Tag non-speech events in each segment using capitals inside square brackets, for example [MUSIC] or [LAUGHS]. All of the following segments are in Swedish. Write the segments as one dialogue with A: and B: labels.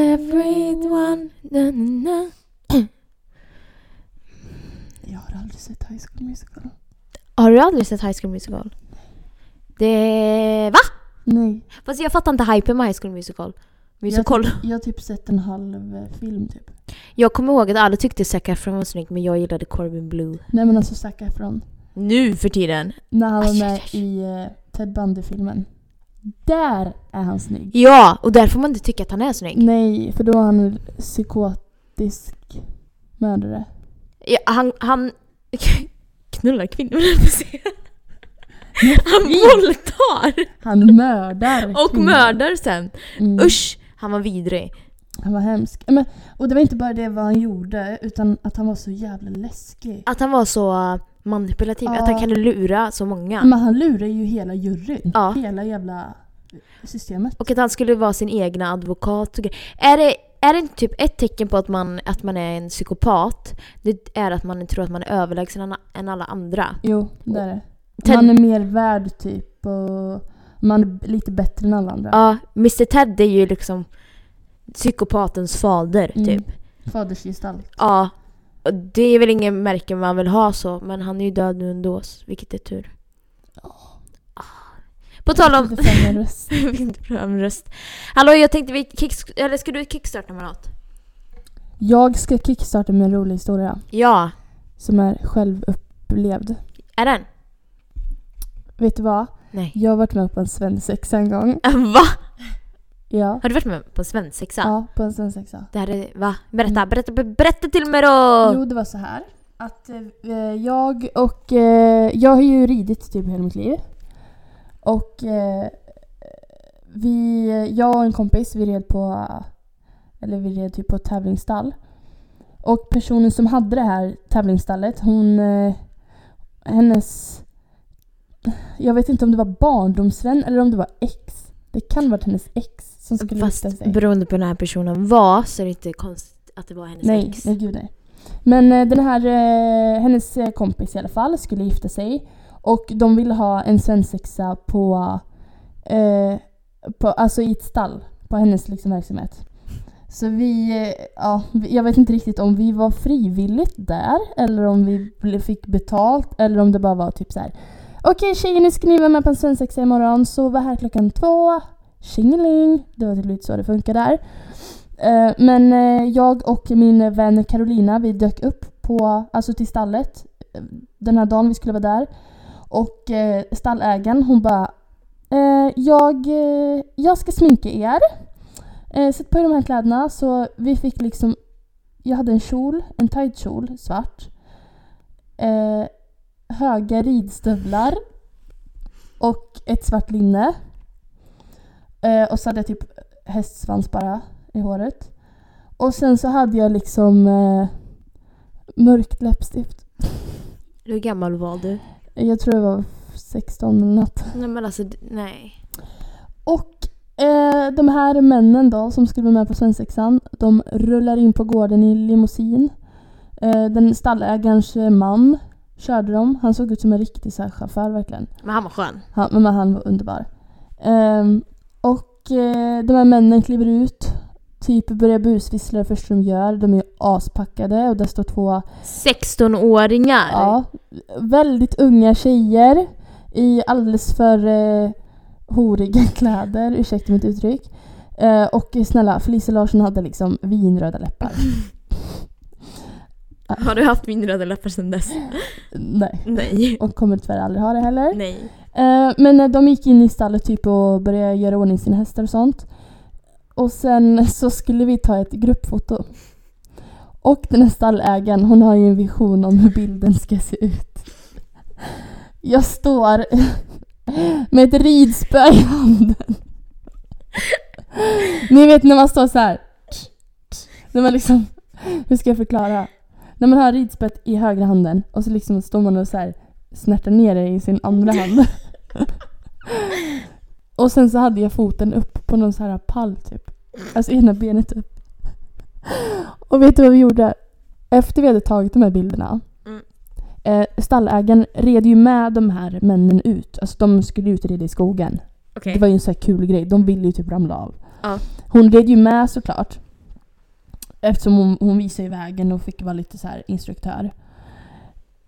A: Everyone... Na, na, na.
B: Jag har aldrig sett High School Musical.
A: Har du aldrig sett High School Musical? Det... Va?
B: Nej.
A: Fast jag fattar inte hypen med High School Musical. Musical. Jag,
B: Jag har typ sett en halv eh, film typ.
A: kommer ihåg att alla tyckte Zac Efron var snygg men jag gillade Corbin Blue.
B: Nej men alltså Zac Efron.
A: Nu för tiden!
B: När han
A: Aj,
B: var
A: aj,
B: med
A: aj.
B: i eh, Ted Bundy-filmen. Där är han snygg.
A: Ja, och där får man inte tycka att han är snygg.
B: Nej, för då är han en psykotisk mördare.
A: Ja, han... han [LAUGHS] knullar kvinnor höll jag på att säga. [LAUGHS] Han våldtar!
B: Han mördar
A: [LAUGHS] Och
B: kvinnor.
A: mördar sen.
B: Mm.
A: Usch! Han var vidrig.
B: Han var hemsk. Men, och det var inte bara det vad han gjorde, utan att han var så jävla läskig.
A: Att han var så eh, manipulativ, att han
B: Ja.
A: kunde lura så många.
B: Men han lurar ju hela juryn.
A: Ja.
B: Hela jävla eh, systemet.
A: Och att han skulle vara sin egna advokat och grejer. Är det, är det inte typ ett tecken på att man, att man är en psykopat? Det är att man tror att man är överlägsen an- än alla andra.
B: Jo, det är det.
A: Ted-
B: Man är mer värd typ och man är lite bättre än alla andra.
A: Ja, Mr Ted är ju liksom psykopatens fader
B: Mm.
A: typ.
B: Fadersgestalt.
A: Ja. Och Det är väl ingen märke man vill ha så, men han är ju död nu ändå, så- vilket är tur. Ah. På tal om... [LAUGHS]
B: Lite sämre röst.
A: Jag fick inte fram röst. Hallå, jag tänkte vi kicks... Eller ska du kickstarta med något?
B: Jag ska kickstarta med en rolig historia
A: Ja.
B: som är självupplevd.
A: Är den?
B: Vet du vad?
A: Nej.
B: Jag har varit med på en svensexa en gång.
A: Va?
B: Ja.
A: Har du varit med på en svensexa?
B: Ja, på en svensexa.
A: Det här är, va? Berätta, berätta, berätta till mig då!
B: Jo, det var så här. Att eh, jag och... Eh, jag har ju ridit typ hela mitt liv. Och eh, vi... Jag och en kompis, vi red på... Eller vi red typ på ett tävlingsstall. Och personen som hade det här tävlingsstallet, hon... Eh, hennes... Jag vet inte om det var barndomsvän eller om det var ex. Det kan ha varit hennes ex som skulle gifta
A: Fast
B: sig.
A: beroende på den här personen var så är det inte konstigt att det var hennes
B: Nej,
A: ex.
B: nej gud nej. Men eh, den här, eh, hennes eh, kompis i alla fall skulle gifta sig och de ville ha en svensexa på, eh, på, alltså i ett stall på hennes liksom, verksamhet. Så vi, eh, ja, vi- jag vet inte riktigt om vi var frivilligt där eller om vi ble- fick betalt eller om det bara var typ så här. Okej tjejer nu ska ni vara med på en svensexa imorgon så var här klockan två. Tjingeling! Det var typ lite så det funkar där. Eh, Men eh, jag och min vän Carolina, vi dök upp på, alltså till stallet eh, den här dagen vi skulle vara där. Och eh, stallägaren hon bara eh, jag, eh, jag ska sminka er. Eh, Sätt på er de här kläderna. Så vi fick liksom, jag hade en kjol, en tight kjol, svart. Eh, höga ridstövlar. Och ett svart linne. Eh, och så hade jag typ hästsvans bara i håret. Och sen så hade jag liksom eh, mörkt läppstift.
A: Hur gammal var du?
B: Jag tror jag var 16 eller något.
A: Nej men alltså, d- nej.
B: Och eh, de här männen då som skulle vara med på svensexan, de rullar in på gården i limousin. Eh, den stallägarens eh, man körde dem. Han såg ut som en riktig så här, chaufför verkligen.
A: Men han var skön.
B: Han, men han var underbar. Ehm, och eh, de här männen kliver ut, typ börjar busvissla det första de gör. De är aspackade och där står två
A: 16-åringar?
B: Ja, väldigt unga tjejer i alldeles för eh, horiga [LAUGHS] kläder, ursäkta mitt uttryck. Eh, och snälla, Felicia Larsson hade liksom vinröda läppar.
A: Har du haft min röda läppar sedan
B: [LAUGHS]
A: dess?
B: Nej.
A: Nej.
B: Och kommer tyvärr aldrig ha det heller.
A: Nej.
B: Eh, men eh, de gick in i stallet typ och började göra i ordning sina hästar och sånt. Och sen [LAUGHS] så skulle vi ta ett gruppfoto. Och den här stallägaren, hon har ju en vision om hur bilden ska se ut. Jag står [LAUGHS] med ett ridspö i handen. Ni vet när man står så här. När man liksom, hur ska jag förklara? När man har ridspöet i högra handen och så liksom står man och så här snärtar ner det i sin andra hand. och sen så hade jag foten upp på någon så här pall typ. Alltså ena benet upp. Och vet du vad vi gjorde? Efter vi hade tagit de här bilderna.
A: Mm.
B: Eh, stallägaren red ju med de här männen ut. Alltså de skulle ut och rida i skogen.
A: Okej.
B: Det var ju en så här kul grej. De ville ju typ ramla av.
A: Ja.
B: Hon red ju med såklart. Eftersom hon, hon visade ju vägen och fick vara lite så här instruktör.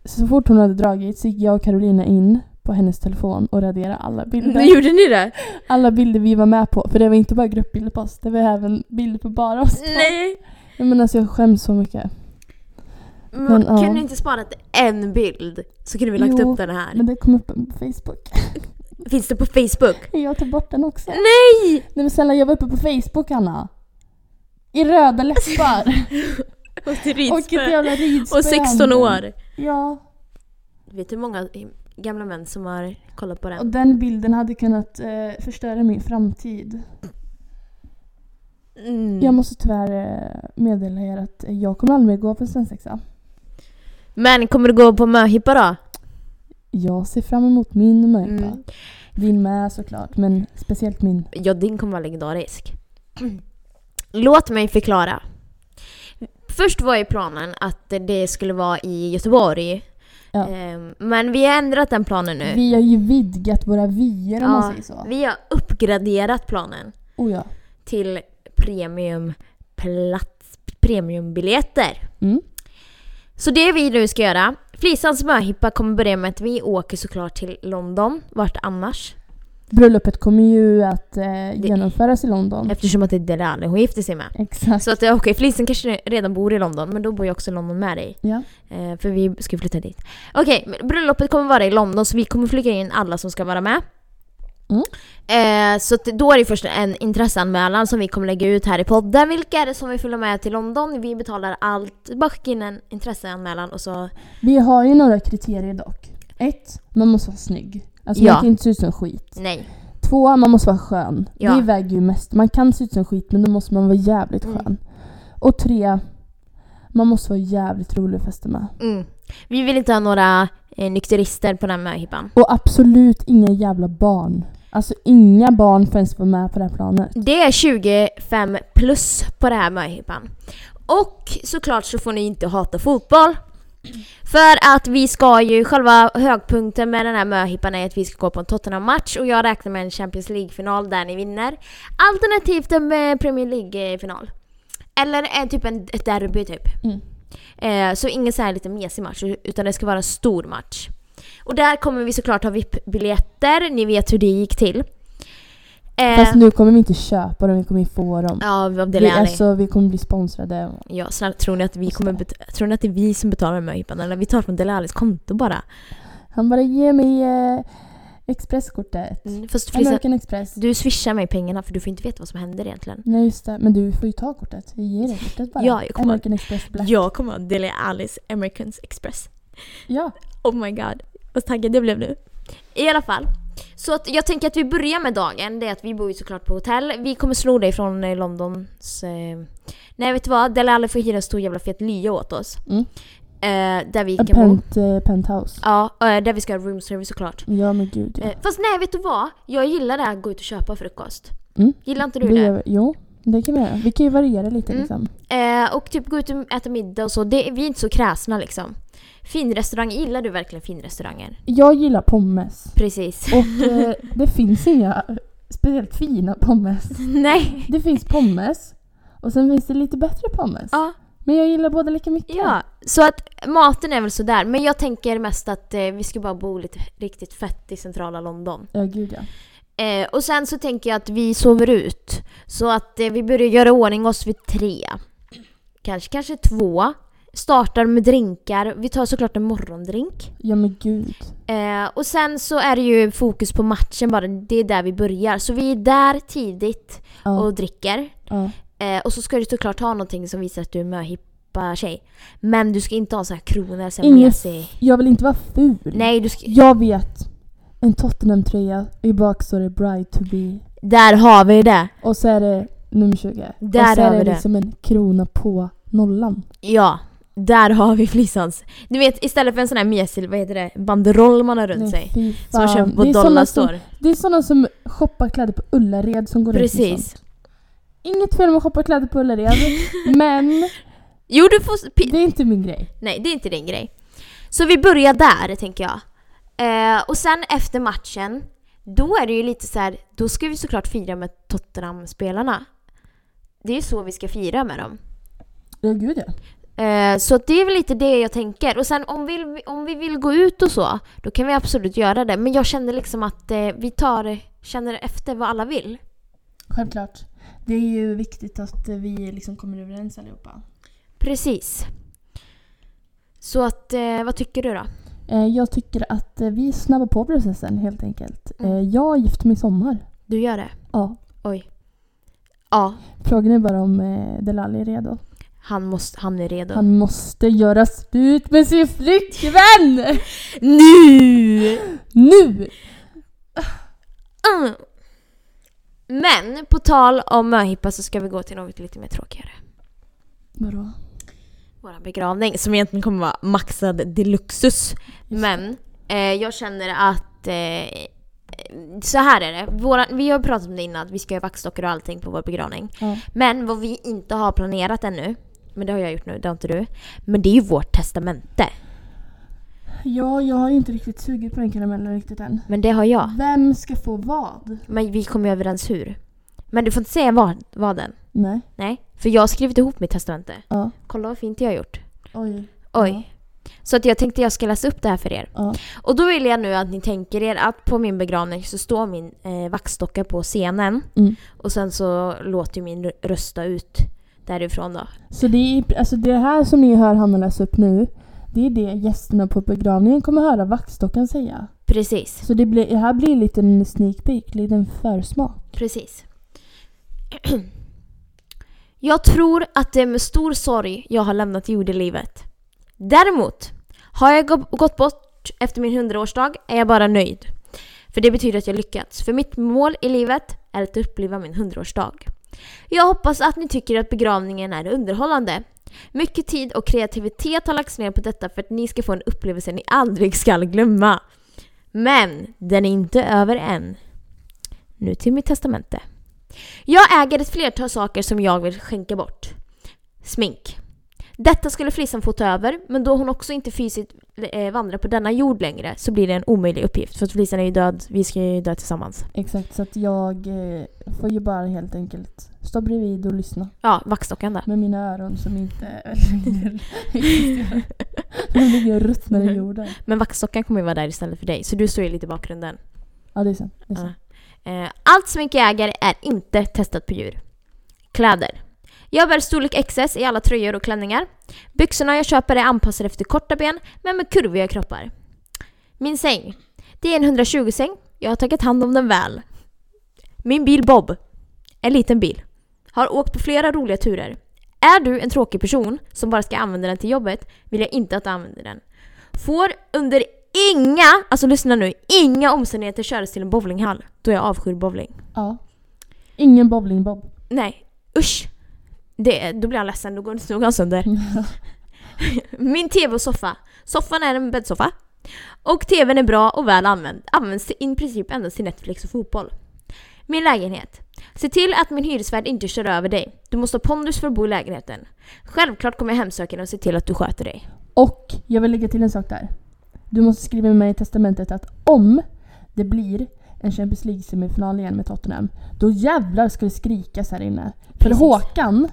B: Så fort hon hade dragit så gick jag och Carolina in på hennes telefon och raderade alla bilder.
A: Gjorde ni det?
B: Alla bilder vi var med på. För det var inte bara gruppbilder på oss, det var även bilder på bara oss. två.
A: Nej!
B: Nej, Men alltså jag skäms så mycket.
A: Men,
B: Men, ja.
A: kunde ni inte sparat en bild så kunde vi lagt
B: Jo,
A: upp den här.
B: Men det kom upp på Facebook. [LAUGHS]
A: Finns det på Facebook?
B: Jag tog bort den också.
A: Nej!
B: Nej men snälla jag var uppe på Facebook Anna. I
A: [LAUGHS]
B: röda läppar.
A: Och till
B: och ett
A: Risberg.
B: jävla ridspö.
A: Och
B: i
A: 16
B: handen.
A: år.
B: Ja.
A: Vet du hur många gamla män som har kollat på
B: Och
A: den?
B: den bilden hade kunnat eh, förstöra min framtid. Jag
A: Mm.
B: måste tyvärr eh, meddela er att jag kommer aldrig mer gå på svensexa.
A: Men kommer du gå på möhippa då?
B: Jag ser fram emot min möhippa.
A: Mm.
B: Din med såklart, men speciellt min.
A: Ja, din kommer vara legendarisk. Låt mig förklara. Först var ju planen att det skulle vara i Göteborg.
B: Ja.
A: Ehm, Men vi har ändrat den planen nu.
B: Vi har ju vidgat våra vyer om man säger så.
A: vi har uppgraderat planen
B: Oh ja.
A: till premiumplats, premiumbiljetter.
B: Mm.
A: Så det vi nu ska göra, Flisans möhippa kommer börja med att vi åker såklart till London, vart annars?
B: Bröllopet kommer ju att eh, genomföras i London.
A: Eftersom att det är där Dali hon gifter sig med.
B: Exakt.
A: Så att eh, okej, Flisen kanske redan bor i London, men då bor jag också i London med dig.
B: Ja.
A: Eh, för vi ska flytta dit. Okej, men bröllopet kommer vara i London så vi kommer flyga in alla som ska vara med.
B: Mm.
A: Eh, så att då är det först en intresseanmälan som vi kommer lägga ut här i podden. Vilka är det som vill följa med till London? Vi betalar allt. Bara skicka in en intresseanmälan och så...
B: Vi har ju några kriterier dock. Ett, man måste vara snygg. Alltså
A: Ja.
B: man kan inte se ut som skit.
A: Nej.
B: Två, man måste vara skön.
A: Ja.
B: Det väger ju mest. Man kan se ut som skit men då måste man vara jävligt
A: Mm.
B: skön. Och tre, man måste vara jävligt rolig att festa med.
A: Mm. Vi vill inte ha några eh, nykterister på den här möhippan.
B: Och absolut inga jävla barn. Alltså inga barn får ens vara med på det här planet.
A: Det är 25 plus på det här möhippan. Och såklart så får ni inte hata fotboll. För att vi ska ju, själva högpunkten med den här möhippan är att vi ska gå på en Tottenham-match och jag räknar med en Champions League-final där ni vinner. Alternativt en eh, Premier League-final. Eller eh, typ en, ett derby typ.
B: Mm.
A: Eh, så ingen så här lite mesig match, utan det ska vara en stor match. Och där kommer vi såklart ha VIP-biljetter, ni vet hur det gick till. Eh,
B: Fast nu kommer vi inte köpa dem, vi kommer ju få dem.
A: Ja, av
B: Vi,
A: Delany.
B: alltså, vi kommer bli sponsrade.
A: Ja, snälla, tror ni att vi kommer bet- Tror ni att det är vi som betalar möhippan eller vi tar från Delalis konto bara?
B: Han bara ge mig eh, expresskortet.
A: Fast Felicia,
B: American Express.
A: Mm, du swishar mig pengarna för du får inte veta vad som händer egentligen.
B: Nej just det, men du får ju ta kortet. Vi ger dig kortet bara.
A: Ja, jag kommer-
B: American Express Black.
A: Jag kommer ha Deli Alice Americans Express.
B: Ja.
A: Oh my god. Vad taggad jag blev nu. I alla fall. Så att jag tänker att vi börjar med dagen. Det är att vi bor ju såklart på hotell. Vi kommer sno dig från eh, Londons... Eh... Nej vet du vad? Deli Alice får hyra en stor jävla fet lya åt oss.
B: Mm.
A: Eh, där vi
B: A
A: kan bo.
B: pent, eh, penthouse.
A: Ja, eh, där vi ska ha room service såklart.
B: Ja men gud ja.
A: Eh, Fast nej, vet du vad? Jag gillar det här att gå ut och köpa frukost.
B: Mm.
A: Gillar inte du
B: Det
A: det?
B: gör vi, jo, det kan vi göra. Vi kan ju variera lite
A: Mm.
B: liksom.
A: Eh, och typ gå ut och äta middag och så. Det, vi är inte så kräsna liksom. Finrestaurang, gillar du verkligen finrestauranger?
B: Jag gillar pommes.
A: Precis. [LAUGHS]
B: Och eh, det finns inga speciellt fina pommes.
A: nej.
B: Det finns pommes och sen finns det lite bättre pommes.
A: Ja.
B: Men jag gillar båda lika mycket.
A: ja. Så att maten är väl sådär. Men jag tänker mest att eh, vi ska bara bo lite riktigt fett i centrala London.
B: Ja gud ja.
A: Eh, och sen så tänker jag att vi sover ut. Så att eh, vi börjar göra ordning oss vid tre. Kanske, kanske två. Startar med drinkar. Vi tar såklart en morgondrink.
B: Ja men gud.
A: Eh, och sen så är det ju fokus på matchen bara, det är där vi börjar. Så vi är där tidigt
B: Ja,
A: och dricker.
B: ja.
A: Eh, och så ska du såklart ha någonting som visar att du är möhippa tjej. Men du ska inte ha så här kronor sen
B: Ingen-
A: mesig.
B: Jag vill inte vara ful.
A: Nej, du ska...
B: Jag vet. En Tottenham-tröja, i bak står det “Bride to be”
A: Där har vi det!
B: och så är det nummer 20.
A: Där
B: och så
A: har
B: är
A: vi
B: det
A: det.
B: liksom en krona på nollan.
A: Ja, där har vi flisans. Du vet, istället för en sån här mesig, vad heter det, banderoll man har runt sig.
B: fy
A: Som man köper på
B: Det är såna
A: Dollarstore.
B: Som, det är sådana som shoppar kläder på Ullared som går runt med
A: Precis.
B: sånt. Inget fel med att shoppa kläder
A: [LAUGHS]
B: på Ullared, men
A: Jo, du får... pi-
B: det är inte min grej.
A: Nej, det är inte din grej. Så vi börjar där, tänker jag. Eh, och sen efter matchen, Då är det ju lite så här, då ska vi såklart fira med Tottenham-spelarna. Det är ju så vi ska fira med dem.
B: Ja, gud ja.
A: Eh, så att det är väl lite det jag tänker. Och sen om vi, om vi vill gå ut och så, då kan vi absolut göra det. Men jag känner liksom att eh, vi tar, känner efter vad alla vill.
B: Självklart. Det är ju viktigt att vi liksom kommer överens allihopa.
A: Precis. Så att, eh, vad tycker du då?
B: Eh, jag tycker att eh, vi snabbar på processen helt enkelt.
A: Mm.
B: Eh, jag gifter mig i sommar.
A: Du gör det?
B: Ja.
A: Oj. Ja,
B: Frågan är bara om eh, Delali är redo.
A: han, måste, han är redo.
B: Han måste göra slut med sin flickvän!
A: Nu!
B: nu!
A: Mm. Men på tal om möhippa så ska vi gå till något lite mer tråkigare.
B: Vadå?
A: Vår begravning som egentligen kommer vara maxad deluxus. Men eh, jag känner att eh, så här är det. Våra, vi har pratat om det innan, att vi ska göra vaxdockor och allting på vår begravning.
B: Ja.
A: Men vad vi inte har planerat ännu, men det har jag gjort nu, det har inte du. Men det är ju vårt testamente.
B: ja, jag har ju inte riktigt sugit på den karamellen riktigt än.
A: Men det har jag.
B: Vem ska få vad?
A: Men vi kom ju överens hur. Men du får inte säga vad, vad den.
B: Nej.
A: Nej, för jag har skrivit ihop mitt testamente.
B: Ja.
A: Kolla vad fint jag har gjort.
B: Oj.
A: Oj. Så att jag tänkte jag ska läsa upp det här för er.
B: Ja.
A: Och då vill jag nu att ni tänker er att på min begravning så står min eh, vaxdocka på scenen
B: Mm.
A: och sen så låter ju min rö- rösta ut därifrån då.
B: Så det, är, alltså det här som ni hör Hanna läsa upp nu, det är det gästerna på begravningen kommer höra vaxdockan säga.
A: Precis,
B: Så det, blir, det här blir en liten sneak peek, en liten försmak.
A: precis. [CLEARS THROAT] Jag tror att det är med stor sorg jag har lämnat jordelivet. Däremot, har jag gå- gått bort efter min 100-årsdag är jag bara nöjd. För det betyder att jag lyckats. För mitt mål i livet är att uppleva min 100-årsdag. Jag hoppas att ni tycker att begravningen är underhållande. Mycket tid och kreativitet har lagts ner på detta för att ni ska få en upplevelse ni aldrig skall glömma. Men den är inte över än. Nu till mitt testamente. Jag äger ett flertal saker som jag vill skänka bort. Smink. Detta skulle Frissan få ta över, men då hon också inte fysiskt eh, vandrar på denna jord längre så blir det en omöjlig uppgift. För att Frissan är ju död, vi ska ju dö tillsammans.
B: Exakt, så att jag eh, får ju bara helt enkelt stå bredvid och lyssna
A: Ja, vaxdockan där.
B: med mina öron som inte längre [LAUGHS] existerar. De ligger och ruttnar i jorden.
A: Men vaxdockan kommer ju vara där istället för dig, så du står ju lite i bakgrunden.
B: Ja, det är sant. Det är sant.
A: Eh, Allt smink jag äger är inte testat på djur. Kläder. Jag bär storlek XS i alla tröjor och klänningar. Byxorna jag köper är anpassade efter korta ben, men med kurviga kroppar. Min säng. Det är en 120-säng. Jag har tagit hand om den väl. Min bil Bob. En liten bil. Har åkt på flera roliga turer. Är du en tråkig person som bara ska använda den till jobbet vill jag inte att du använder den. Får under inga, alltså lyssna nu, inga omständigheter köras till en bowlinghall då jag avskyr bowling.
B: Ja. Ingen bowling-bob.
A: Nej, usch! Det, då blir han ledsen, då går stugan
B: [LAUGHS]
A: sönder. Min tv och soffa. Soffan är en bäddsoffa. Och tvn är bra och väl använd. Används till- i princip endast till Netflix och fotboll. Min lägenhet. Se till att min hyresvärd inte kör över dig. Du måste ha pondus för att bo i lägenheten. Självklart kommer jag hemsöka dig och se till att du sköter dig.
B: Och jag vill lägga till en sak där. Du måste skriva med mig i testamentet att om det blir en Champions League-semifinal igen med Tottenham, då jävlar ska det skrikas här inne. För
A: Precis.
B: Håkan,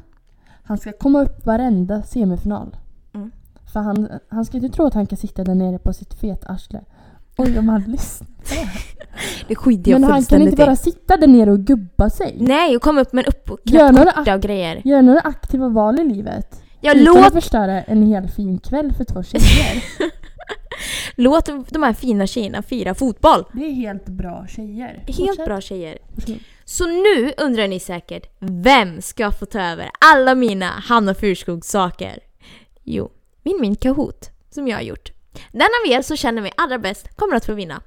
B: han ska komma upp varenda semifinal.
A: Mm.
B: För han, han ska inte tro att han kan sitta där nere på sitt feta arsle. Oj, om han lyssnar.
A: Det skiter jag
B: Men han kan
A: fullständigt
B: inte bara sitta där nere och gubba sig.
A: Nej, och kom upp med en
B: Gör
A: uppknäppt
B: några, ak-
A: korta och grejer.
B: gör några aktiva val i livet.
A: Jag
B: utan
A: låt
B: att förstöra en hel fin kväll för två tjejer.
A: Låt de här fina tjejerna fira fotboll.
B: Det är helt bra tjejer.
A: Helt bra tjejer.
B: Fortsätt.
A: Så nu undrar ni säkert, vem ska få ta över alla mina Hanna Furskog saker? Jo, min min Kahoot, som jag har gjort. Den av er som känner mig allra bäst kommer att få vinna.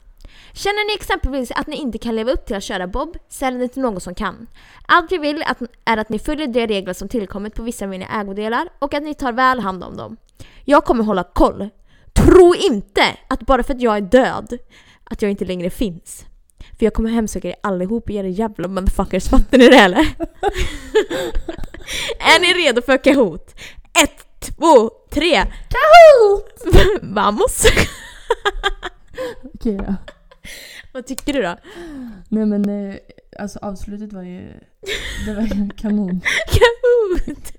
A: Känner ni exempelvis att ni inte kan leva upp till att köra bob, sälj det till någon som kan. Allt vi vill att, är att ni följer de regler som tillkommit på vissa av mina ägodelar och att ni tar väl hand om dem. Jag kommer hålla koll. Tro inte att bara för att jag är död, att jag inte längre finns. För jag kommer hemsöka er allihop i era jävla motherfuckers, fattar ni det eller?
B: [LAUGHS]
A: är ni redo för Kahoot? Ett, två, tre! [LAUGHS] Kahoot! Vamos!
B: Okej då.
A: Vad tycker du då?
B: Nej men eh, alltså avslutet var ju... Det
A: [LAUGHS]
B: var ju kanon.
A: Kahoot!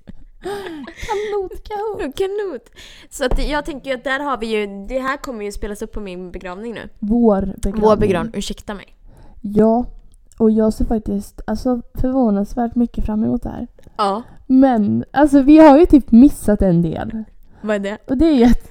B: Kanot, kanon.
A: Kanot! Så att jag tänker ju att där har vi ju, det här kommer ju spelas upp på min begravning nu.
B: Vår begravning.
A: Vår begravning, ursäkta mig.
B: Ja. Och jag ser faktiskt alltså, förvånansvärt mycket fram emot det här.
A: Ja,
B: Men alltså vi har ju typ missat en del.
A: vad är det?
B: Och det är ju att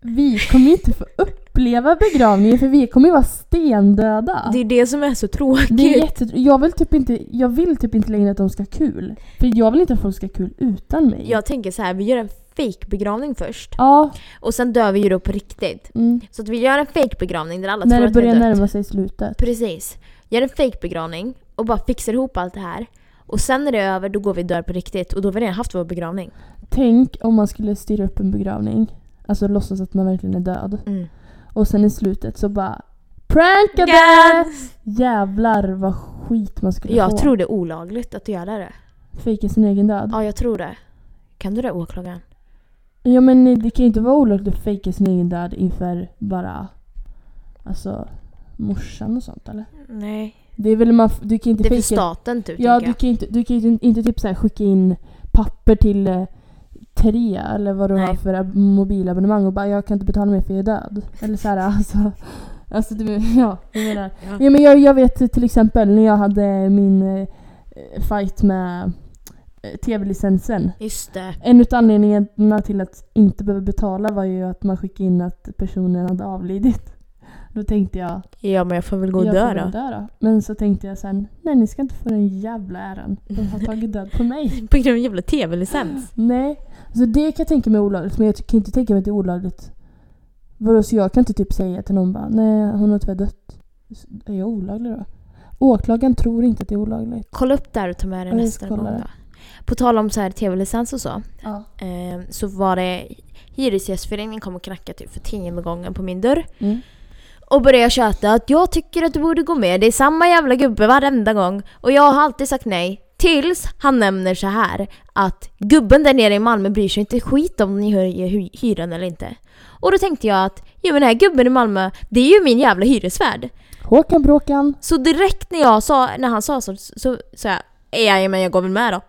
B: vi kommer ju inte få uppleva begravningen för vi kommer ju vara stendöda.
A: Det är det som är så tråkigt.
B: Det är jättetr- jag, vill typ inte, jag vill typ inte längre att de ska ha kul. För jag vill inte att folk ska ha kul utan mig.
A: Jag tänker så här, vi gör en fake begravning först.
B: Ja,
A: Och sen dör vi ju då på riktigt.
B: mm.
A: Så att vi gör en fake begravning där alla
B: när
A: tror
B: det
A: att vi
B: börjar
A: är dött.
B: närma sig slutet.
A: Precis. Gör en fake begravning och bara fixar ihop allt det här. Och sen när det är över då går vi och dör på riktigt och då har vi redan haft vår begravning.
B: Tänk om man skulle styra upp en begravning. Alltså låtsas att man verkligen är död.
A: Mm.
B: Och sen i slutet så bara Prankade! Jävlar vad skit man skulle få.
A: Jag tror det är olagligt att göra det.
B: Fejka sin egen död.
A: Ja, jag tror det. Kan du det åklagaren?
B: Ja men det kan ju inte vara olagligt att fejka sin egen död inför bara alltså morsan och sånt eller?
A: Nej.
B: Det är väl man, f- du kan ju inte
A: Det är för
B: fejka...
A: staten typ,
B: Ja,
A: tänker
B: du
A: jag.
B: kan ju inte, du kan ju inte, inte typ så här skicka in papper till eh, Telia eller vad du
A: Nej.
B: har för ab- mobilabonnemang och bara jag kan inte betala mer för jag är död. Eller så här, [LAUGHS] alltså. Alltså du, ja, jag menar.
A: Ja.
B: Ja, men jag, jag vet till exempel när jag hade min eh, fight med eh, tv-licensen.
A: Just det.
B: En utav anledningarna till att inte behöva betala var ju att man skickade in att personen hade avlidit. Då tänkte jag,
A: Ja, men jag får väl gå och
B: jag
A: dö
B: får väl
A: [LAUGHS] då.
B: dö då. Men så tänkte jag sen, nej ni ska inte få den jävla äran. De har tagit död på mig.
A: På grund av en jävla tv-licens.
B: Nej. Så det kan jag tänka mig är olagligt, men jag kan inte tänka mig att det är olagligt. Vadå, så jag kan inte typ säga till någon bara, nej hon har tyvärr dött. Så Är jag olaglig då? Åklagaren tror inte att det är olagligt.
A: Kolla upp där och ta med det
B: Ja, jag
A: nästa
B: ska kolla
A: gång
B: det.
A: då. På tal om så här tv-licens och så.
B: Ja.
A: Eh, så var det Hyresgästföreningen kom och knackade typ för tionde gången på min dörr.
B: Mm.
A: Och började tjata att jag tycker att du borde gå med. Det är samma jävla gubbe varenda gång. Och jag har alltid sagt nej. Tills han nämner så här att gubben där nere i Malmö bryr sig inte skit om ni höjer hy- hyran eller inte. Och då tänkte jag att ja men den här gubben i Malmö, det är ju min jävla hyresvärd.
B: Håkan Bråkan.
A: Så direkt när, jag sa, när han sa så, så sa jag "Ja, ja men jag går väl med då.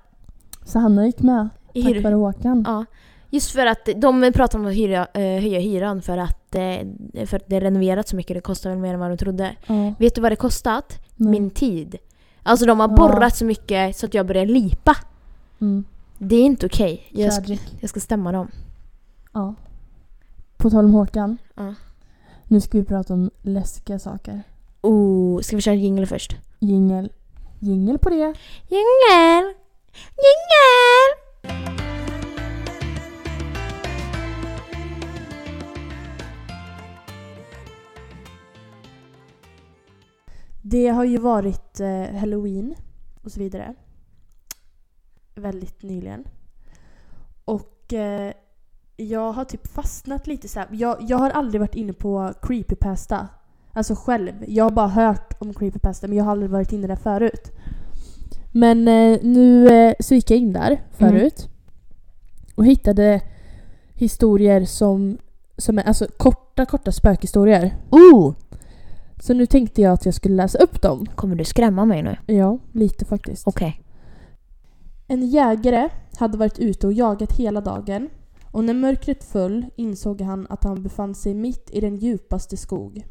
B: Så Hanna gick med.
A: I hyr-
B: Tack vare Håkan.
A: Ja, just för att de pratar om att hyra, eh, höja hyran för att, eh, för att det är renoverat så mycket. Det kostar väl mer än vad de trodde.
B: Ja.
A: Vet du vad det kostat?
B: Nej.
A: Min tid. Alltså de har
B: Ja.
A: borrat så mycket så att jag börjar lipa.
B: Mm.
A: Det är inte okej. Jag, ska-
B: Tragic.
A: jag ska stämma dem.
B: Ja. På tal om Håkan.
A: Ja.
B: Nu ska vi prata om läskiga saker.
A: Oh, ska vi köra en jingle först?
B: Jingel. Jingel på det.
A: Jingle! Jingle!
B: Det har ju varit eh, halloween och så vidare. Väldigt nyligen. Och eh, jag har typ fastnat lite så här. Jag, jag har aldrig varit inne på creepypasta. Alltså själv. Jag har bara hört om creepypasta men jag har aldrig varit inne där förut. Men eh, nu eh, så gick jag in där förut. Och hittade historier som, som är alltså korta, korta spökhistorier.
A: Oh!
B: Så nu tänkte jag att jag skulle läsa upp dem.
A: Kommer du skrämma mig nu?
B: Ja, lite faktiskt.
A: Okej.
B: En jägare hade varit ute och jagat hela dagen och när mörkret föll insåg han att han befann sig mitt i den djupaste skog.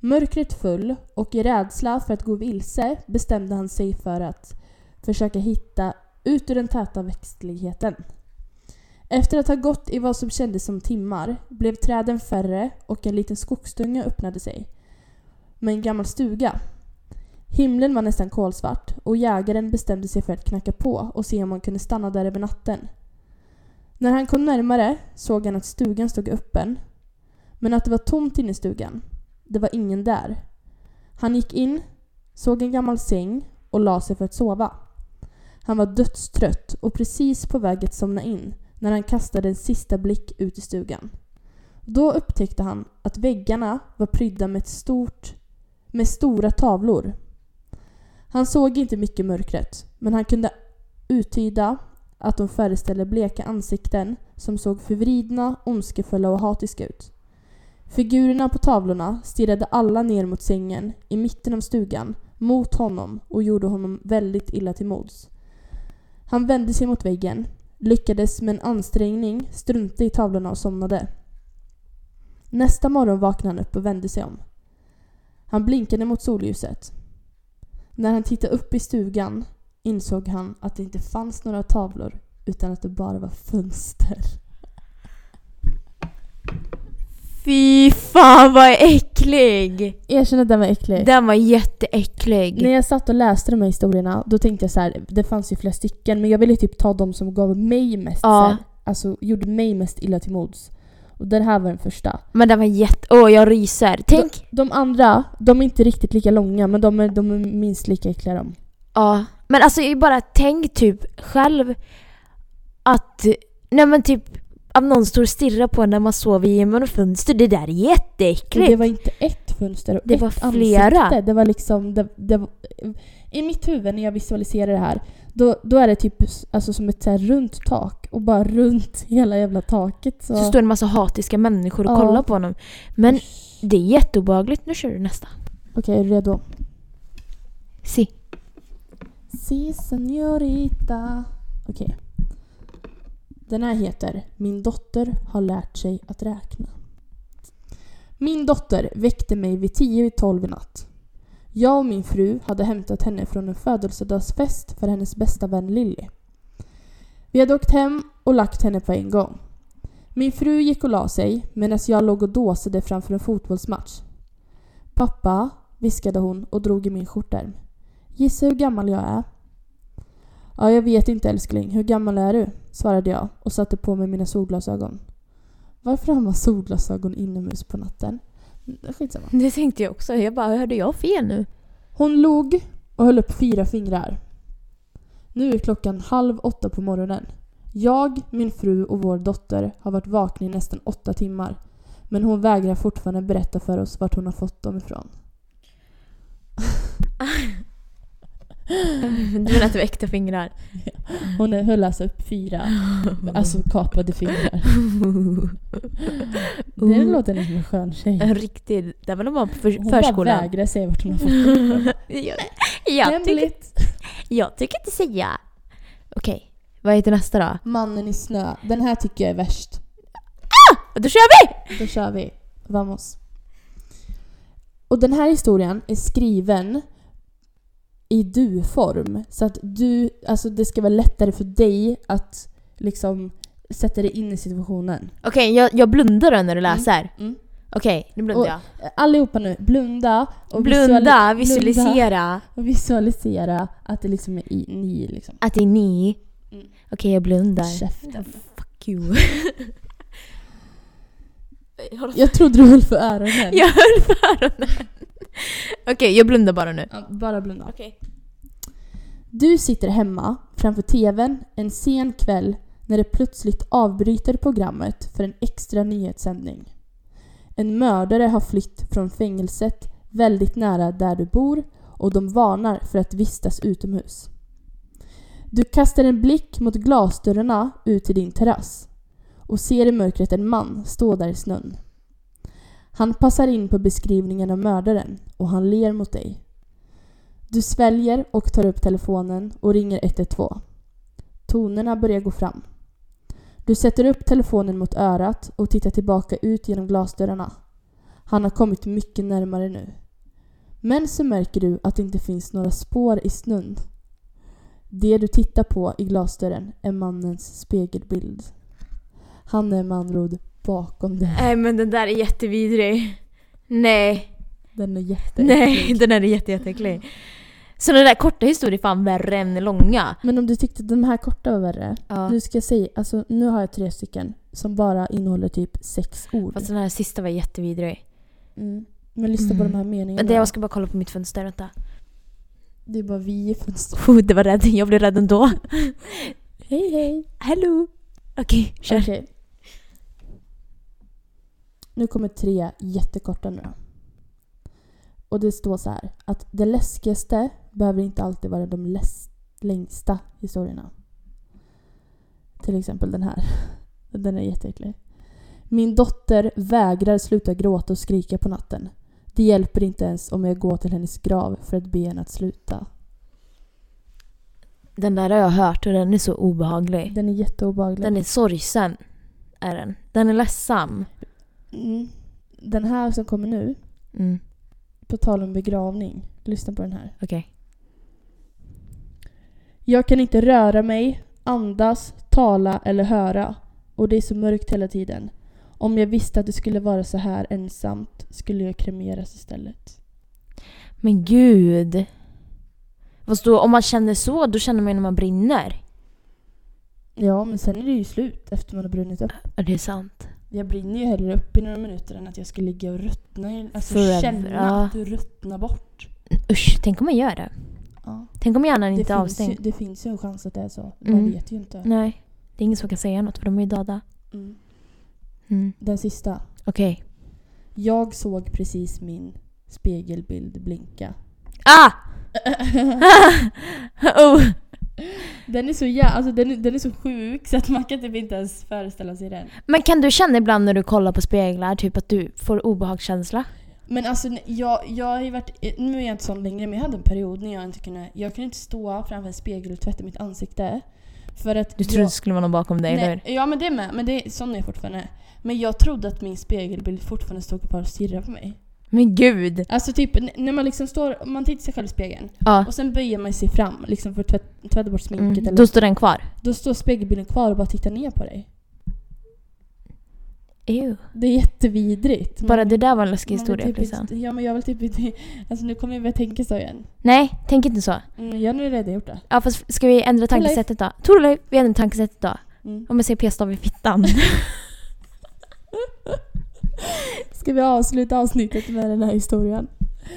B: Mörkret föll och i rädsla för att gå vilse bestämde han sig för att försöka hitta ut ur den täta växtligheten. Efter att ha gått i vad som kändes som timmar blev träden färre och en liten skogsdunge öppnade sig med en gammal stuga. Himlen var nästan kolsvart och jägaren bestämde sig för att knacka på och se om han kunde stanna där över natten. När han kom närmare såg han att stugan stod öppen, men att det var tomt inne i stugan. Det var ingen där. Han gick in, såg en gammal säng och la sig för att sova. Han var dödstrött och precis på väg att somna in när han kastade en sista blick ut i stugan. Då upptäckte han att väggarna var prydda med, ett stort, med stora tavlor han såg inte mycket i mörkret, men han kunde uttyda att de föreställde bleka ansikten som såg förvridna, ondskefulla och hatiska ut. Figurerna på tavlorna stirrade alla ner mot sängen i mitten av stugan, mot honom och gjorde honom väldigt illa till mods. Han vände sig mot väggen, lyckades med en ansträngning strunta i tavlorna och somnade. Nästa morgon vaknade han upp och vände sig om. Han blinkade mot solljuset. När han tittade upp i stugan insåg han att det inte fanns några tavlor utan att det bara var fönster.
A: Fy fan vad äcklig!
B: Erkänn att den var äcklig.
A: Den var jätteäcklig.
B: När jag satt och läste de här historierna då tänkte jag så här, det fanns ju flera stycken men jag ville typ ta de som gav mig mest
A: Ja.
B: så här, alltså gjorde mig mest illa till mods. Och den här var den första.
A: Men den var jätte... Åh, jag ryser. Tänk...
B: De andra, de är inte riktigt lika långa men de är, de är minst lika äckliga de.
A: Ja. Men alltså bara tänk typ själv att... Nej men typ att någon står och stirrar på en när man sover genom ett fönster. Det där är jätteäckligt.
B: Men det var inte ett fönster och
A: Det
B: ett
A: var flera.
B: ansikte. Det var liksom... Det, det, var- I mitt huvud när jag visualiserar det här, då, då är det typ alltså, som ett så här runt tak och bara runt [LAUGHS] hela jävla taket. Så,
A: Så står det en massa hatiska människor och
B: Ja.
A: kollar på honom. Men det är jätteobehagligt. Nu kör du nästa.
B: Okej, är du redo?
A: Si.
B: Si, senorita. Okej. Den här heter Min dotter har lärt sig att räkna. Min dotter väckte mig vid 10 i 12 i natt. Jag och min fru hade hämtat henne från en födelsedagsfest för hennes bästa vän Lilly. Vi hade åkt hem och lagt henne på en gång. Min fru gick och la sig medan jag låg och dåsade framför en fotbollsmatch. Pappa, viskade hon och drog i min skjortärm. Gissa hur gammal jag är? Ja, jag vet inte älskling. Hur gammal är du? svarade jag och satte på mig mina solglasögon. Varför har man solglasögon inomhus på natten? Mm, Skitsamma.
A: Det tänkte jag också. Jag bara, hörde jag fel [LAUGHS] nu?
B: Hon log och höll upp fyra fingrar. Nu är klockan halv åtta på morgonen. Jag, min fru och vår dotter har varit vakna i nästan åtta timmar. Men hon vägrar fortfarande berätta för oss vart hon har fått dem ifrån.
A: Du menar att det var äkta fingrar?
B: Hon höll alltså upp
A: [LAUGHS]
B: fyra, alltså kapade fingrar. Det låter lite som en skön tjej.
A: En riktig... Det var nog bara på för,
B: Hon bara
A: förskolan.
B: vägrar säga vart hon
A: [LAUGHS]
B: har fått dem ifrån.
A: jag, [LAUGHS] jag, tycker,
B: Hemligt.
A: jag tycker inte säga. Okej, vad heter nästa då?
B: Mannen i snö. Den här tycker jag är värst.
A: Då kör vi!
B: Då kör vi. Vamos. Och den här historien är skriven i du-form. Så att du, alltså det ska vara lättare för dig att liksom sätta dig in i situationen.
A: Okej, jag, jag blundar då när du
B: Mm.
A: läser.
B: Mm.
A: Okej, nu blundar
B: Och-
A: jag.
B: Allihopa nu, blunda och,
A: Blunda,
B: visuali-
A: visualisera
B: och visualisera att det liksom är i, ni liksom.
A: att det är ni.
B: Mm.
A: Okej, jag blundar.
B: Käften.
A: Fuck [LAUGHS] you.
B: Jag trodde du höll för öronen.
A: [LAUGHS] jag höll för öronen. [LAUGHS] Okej, jag blundar bara nu.
B: Ja, bara blunda.
A: Okej.
B: Du sitter hemma framför tvn en sen kväll när det plötsligt avbryter programmet för en extra nyhetssändning. En mördare har flytt från fängelset väldigt nära där du bor och de varnar för att vistas utomhus. Du kastar en blick mot glasdörrarna ut till din terrass och ser i mörkret en man stå där i snön. Han passar in på beskrivningen av mördaren och han ler mot dig. Du sväljer och tar upp telefonen och ringer 112. Tonerna börjar gå fram. Du sätter upp telefonen mot örat och tittar tillbaka ut genom glasdörrarna. Han har kommit mycket närmare nu. Men så märker du att det inte finns några spår i snön. Det du tittar på i glasdörren är mannens spegelbild. Han är med andra ord bakom dig.
A: Nej men den där är jättevidrig. Nej.
B: Den är jätte...
A: Nej, den här är jätte, jätteäcklig. Så den där korta historien är fan värre än långa.
B: Men om du tyckte att de här korta var värre,
A: Ja.
B: Nu ska jag säga, alltså nu har jag tre stycken som bara innehåller typ sex ord.
A: Fast den här sista var jättevidrig.
B: Mm. Men lyssna på
A: Mm.
B: de här meningarna.
A: Det, jag ska bara kolla på mitt fönster, vänta.
B: Det är bara vi i fönstret.
A: Oh, det var rädd, jag blev rädd ändå.
B: Hej hej!
A: Hello! Okej, kör.
B: Okej. Nu kommer tre jättekorta nu då. Och det står så här att det läskigaste behöver inte alltid vara de läs- längsta [LAUGHS] historierna. Till exempel den här. Den är jätteäcklig. Min dotter vägrar sluta gråta och skrika på natten. Det hjälper inte ens om jag går till hennes grav för att be henne att sluta.
A: Den där har jag hört och den är så obehaglig.
B: Den är jätteobehaglig.
A: Den är sorgsen. Är den. Den är ledsam.
B: Mm. Den här som kommer nu,
A: Mm,
B: på tal om begravning. Lyssna på den här.
A: okej.
B: Jag kan inte röra mig, andas, tala eller höra. Och det är så mörkt hela tiden. Om jag visste att det skulle vara så här ensamt skulle jag kremeras istället.
A: Men gud. Fast då, om man känner så, då känner man ju när man brinner.
B: Ja, men sen är det ju slut efter man har brunnit upp.
A: Ja, det är sant.
B: Jag brinner ju hellre upp i några minuter än att jag ska ligga och ruttna. i- Alltså
A: Forever,
B: känna
A: ja.
B: att du ruttnar bort.
A: Usch, tänk om man gör det.
B: Ja.
A: Tänk om hjärnan
B: Det,
A: inte är
B: finns ju,
A: avstängd.
B: det finns ju en chans att det är så. Man
A: Mm.
B: vet ju inte.
A: Nej. Det är ingen som kan säga något för de är ju döda.
B: Mm.
A: Mm.
B: Den sista.
A: Okej.
B: Jag såg precis min spegelbild
A: [LAUGHS]
B: blinka.
A: Ah! oh.
B: Den är så jä- alltså, den, är- den är så sjuk så att man kan typ inte ens föreställa sig den.
A: Men kan du känna ibland när du kollar på speglar typ att du får obehagskänsla?
B: Men alltså n- jag, jag har ju varit, nu är jag inte sån längre men jag hade en period när jag inte kunde, jag kunde inte stå framför en spegel och tvätta mitt ansikte. För att
A: Du
B: jag-
A: trodde det skulle vara någon bakom dig, eller hur?
B: Nej, ja men det är med, men det är, sån är jag fortfarande. Men jag trodde att min spegelbild fortfarande stod kvar och stirrade på mig.
A: Men gud!
B: Alltså typ n- när man liksom står, man tittar sig själv i spegeln
A: Ja.
B: och sen böjer man sig fram liksom för att tvätt, tvätta bort sminket
A: Mm.
B: eller
A: Då står den kvar.
B: Då står spegelbilden kvar och bara tittar ner på dig.
A: Ew.
B: Det är jättevidrigt. Man-
A: Bara det där var en läskig
B: man vill
A: historia.
B: typ
A: Liksom.
B: inte- Ja men jag vill typ inte... Alltså nu kommer jag börja tänka så igen.
A: Nej, tänk inte så.
B: Mm, jag har nu redan gjort det.
A: Ja fast ska vi ändra tankesättet då? Torleif, vi ändrar tankesättet då.
B: Mm.
A: Om jag säger p-stav i [LAUGHS] fittan.
B: Ska vi avsluta avsnittet med den här historien?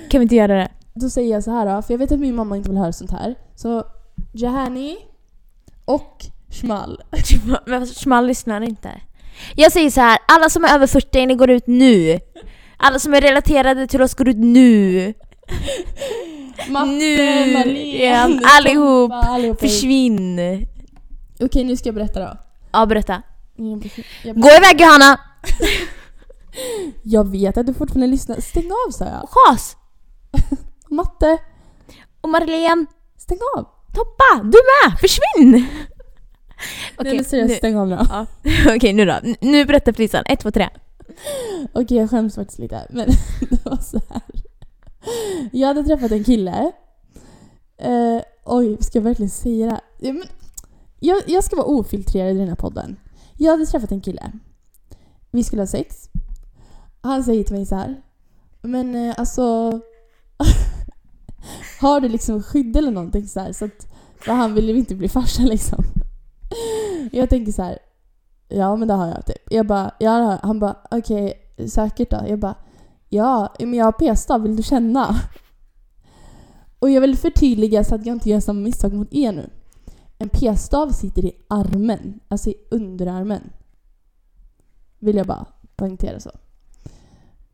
A: kan vi inte göra det?
B: Då säger jag så här då, för jag vet att min mamma inte vill höra sånt här. Så Jahani och Schmal.
A: [LAUGHS] Men Schmal lyssnar inte. Jag säger så här, alla som är över 40, ni går ut nu. Alla som är relaterade till oss går ut nu.
B: Matte,
A: Nu!
B: Malin,
A: Ja,
B: [LAUGHS] Tompa,
A: allihop.
B: allihopa.
A: Försvinn!
B: Okej, nu ska jag berätta då.
A: Ja, berätta.
B: Jag, jag,
A: Gå iväg Johanna!
B: jag vet att du fortfarande lyssnar. Stäng av sa jag.
A: Chas!
B: Matte,
A: Och Madeleine,
B: stäng av.
A: Toppa, du med! Försvinn!
B: Nej
A: Okej,
B: men seriöst,
A: nu,
B: stäng av nu.
A: ja. [LAUGHS] Okej, nu då. N- Nu berättar Felisan. Ett, två, tre.
B: Okej, jag skäms faktiskt lite. Men [LAUGHS] det var så här. Jag hade träffat en kille. Eh, oj, ska jag verkligen säga det här? Ja, men, jag, jag ska vara ofiltrerad i den här podden. Jag hade träffat en kille. Vi skulle ha sex. Han säger till mig så här. Men eh, alltså... [LAUGHS] har du liksom skydd eller någonting så här? Så att, för han vill ju inte bli farsa liksom. Jag tänker så här. Ja men det har jag typ. Jag bara, ja, det har jag. Han bara, okej säkert då? Jag bara, ja men jag har p-stav, vill du känna? Och jag vill förtydliga så att jag inte gör samma misstag mot er nu. En p-stav sitter i armen, alltså i underarmen. Vill jag bara poängtera så.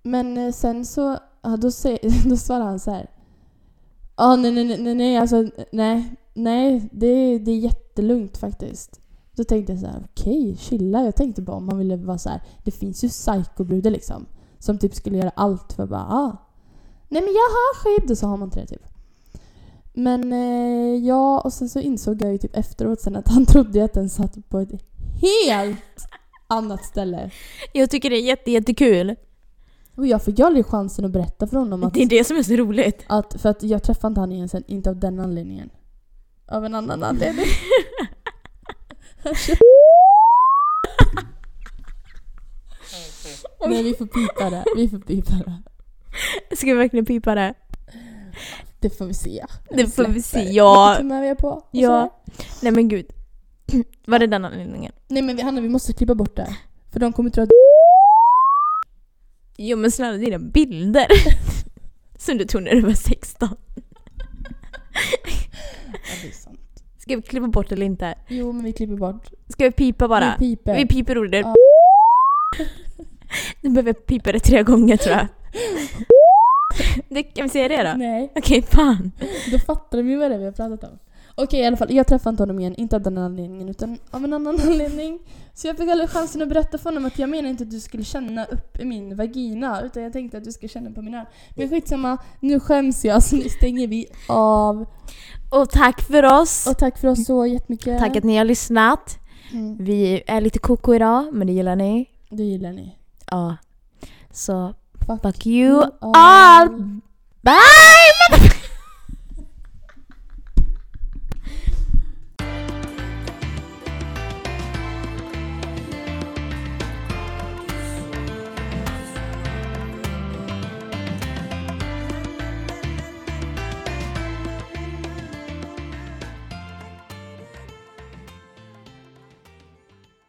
B: Men eh, sen så, ja, då, säger, [LAUGHS] då svarar han så här. Ja, nej, nej, nej, nej, alltså, nej, nej, det, det är jättelugnt faktiskt. Då tänkte jag så här, okej, chilla. Jag tänkte bara om man ville vara så här. Det finns ju psykobrudar liksom. Som typ skulle göra allt för bara, ah. Nej men jag har skydd! Och så har man inte det typ. Men eh, ja, och sen så insåg jag ju typ efteråt sen att han [LAUGHS] trodde ju att den satt på ett helt annat ställe.
A: Jag tycker det är jätte, jättekul.
B: Och jag fick ju aldrig chansen att berätta för honom att,
A: Det är det som är så [LAUGHS] roligt.
B: att för att jag träffade inte han igen sen, inte av den anledningen. Av en annan anledning. [LAUGHS] Nej vi får pipa det, vi får pipa det.
A: [LAUGHS] Ska vi verkligen pipa det?
B: Det får vi se.
A: Det får vi se,
B: Släpper.
A: ja.
B: Vilket humör vi är på. och
A: Ja.
B: sådär.
A: Nej men gud. [CLEARS THROAT] Var det den anledningen?
B: Nej men vi- Hanna vi måste klippa bort det. För de
A: [LAUGHS]
B: kommer tro att
A: Jo men snälla dina [LAUGHS] bilder. Som du tog när du var 16.
B: det är sant.
A: Ska vi klippa bort eller inte?
B: Jo men vi klipper bort.
A: Ska vi pipa bara?
B: Vi piper.
A: Vi piper ordet.
B: Ja.
A: [LAUGHS] Nu behöver jag pipa det tre gånger tror [LAUGHS] jag. Det, kan vi säga det då?
B: Nej,
A: Okej, fan.
B: då fattar de ju vad det är vi har pratat om. Okej Okej i alla fall, jag träffade inte honom igen. Inte av den anledningen utan av en annan [LAUGHS] anledning. Så jag fick aldrig chansen att berätta för honom att jag menar inte att du skulle känna upp i min vagina utan jag tänkte att du skulle känna på min arm. Men skitsamma, nu skäms jag [LAUGHS] så nu stänger vi av.
A: Och tack för oss!
B: Och tack för oss så jättemycket.
A: Tack att ni har lyssnat.
B: Mm,
A: Vi är lite koko idag, men det gillar ni.
B: det gillar ni.
A: Ja. Så,
B: Fuck
A: fuck you
B: all.
A: all! Bye! motherfucker!